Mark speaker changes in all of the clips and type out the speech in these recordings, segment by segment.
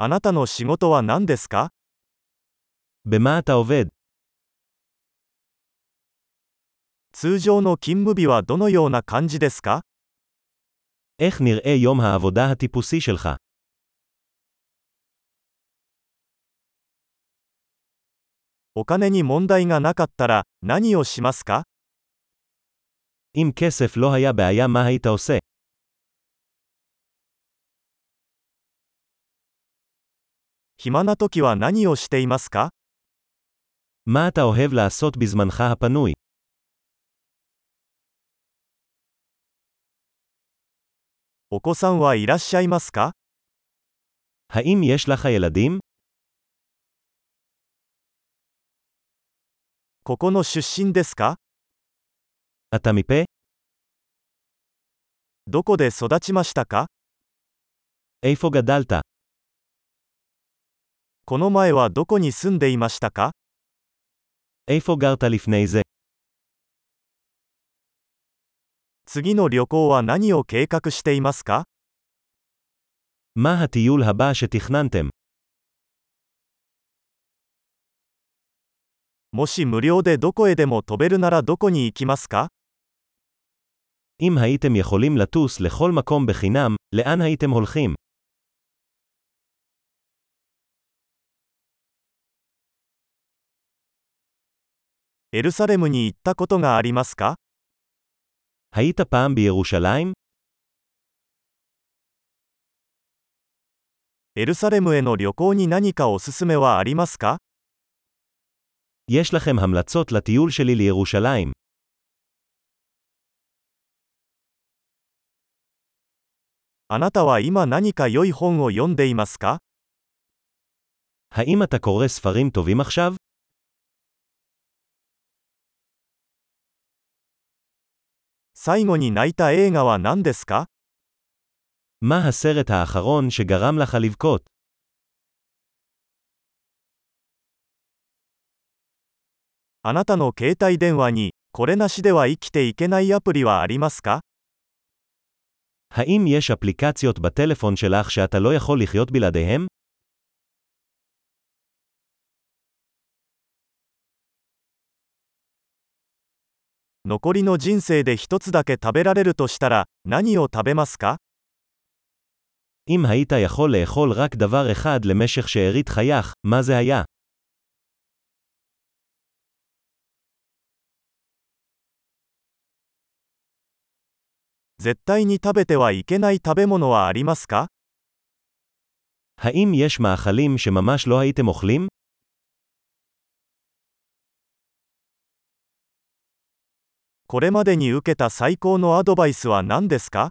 Speaker 1: あなたの仕事は何ですか
Speaker 2: במה אתה עובד?
Speaker 1: 通常の勤務日はどのような感じですか
Speaker 2: איך נראה יום העבודה הטיפוסי שלך?
Speaker 1: お金に問題がなかったら何をしますか
Speaker 2: אם כסף לא היה בעיה מה היית עושה?
Speaker 1: 暇な時は何をしていますか
Speaker 2: מה אתה אוהב לעשות בזמנך הפנוי?
Speaker 1: お子さんはいらっしゃいますか
Speaker 2: האם יש לך ילדים?
Speaker 1: ここの出身ですか
Speaker 2: אתה מפה?
Speaker 1: どこで育ちましたか
Speaker 2: איפה גדלת?
Speaker 1: この前はどこに住んでいましたか
Speaker 2: איפה גרת לפני זה?
Speaker 1: 次の旅行は何を計画していますか
Speaker 2: מה הטיול הבא שתכננתם?
Speaker 1: もし無料でどこへでも飛べるならどこに行きますか
Speaker 2: אם הייתם יכולים לטוס לכל מקום בחינם, לאן הייתם הולכים?
Speaker 1: エルサレムに行ったことがありますか
Speaker 2: היית פעם בירושלים?
Speaker 1: エルサレムへの旅行に何かおすすめはありますか
Speaker 2: יש לכם המלצות לטיול שלי לירושלים.
Speaker 1: あなたは今何か良い本を読んでいますか
Speaker 2: האם אתה קורא ספרים טובים עכשיו?
Speaker 1: 最後に泣いた映画は何ですか
Speaker 2: מה הסרט האחרון שגרם לך לבכות?
Speaker 1: あなたの携帯電話にこれなしでは生きていけないアプリはありますか
Speaker 2: האם יש אפליקציות בטלפון שלך שאתה לא יכול לחיות בלעדיהם?
Speaker 1: 残りの人生で一つだけ食べられるとしたら何を食べますか
Speaker 2: אם היית יכול לאכול רק דבר אחד למשך שארית חייך, מה זה היה?
Speaker 1: 絶対に食べてはいけない食べ物はありますか
Speaker 2: האם יש מאכלים שממש לא הייתם אוכלים?
Speaker 1: これまでに受けた最高のアドバイスは何ですか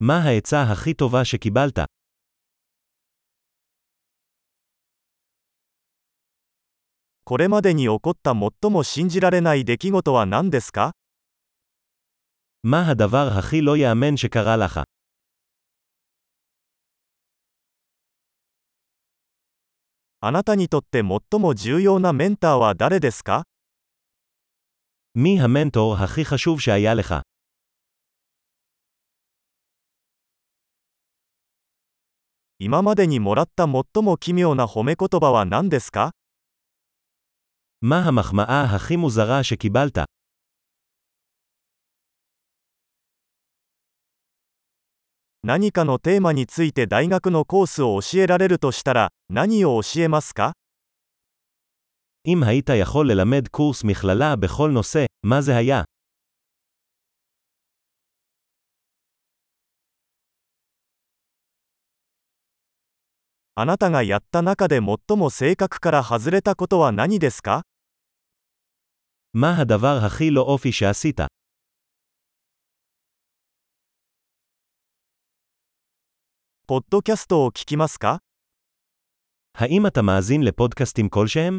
Speaker 2: מה העצה הכי טובה שקיבלת?
Speaker 1: これまでに起こった最も信じられない出来事は何ですか
Speaker 2: מה הדבר הכי לא יאמן שקרה לך?
Speaker 1: あなたにとって最も重要なメンターは誰ですか
Speaker 2: מי המנטור הכי חשוב שהיה לך?
Speaker 1: 今までにもらった最も奇妙な褒め言葉は何ですか
Speaker 2: מה המחמאה הכי מוזרה שקיבלת?
Speaker 1: 何かのテーマについて大学のコースを教えられるとしたら何を教えますか
Speaker 2: אם היית יכול ללמד קורס מכללה בכל נושא, מה זה היה?
Speaker 1: あなたがやった中で最も正確から外れたことは何ですか
Speaker 2: מה הדבר הכי לא אופי שעשית?
Speaker 1: ポッドキャストを聞きますか
Speaker 2: האם אתה מאזין לפודקאסטים כלשהם?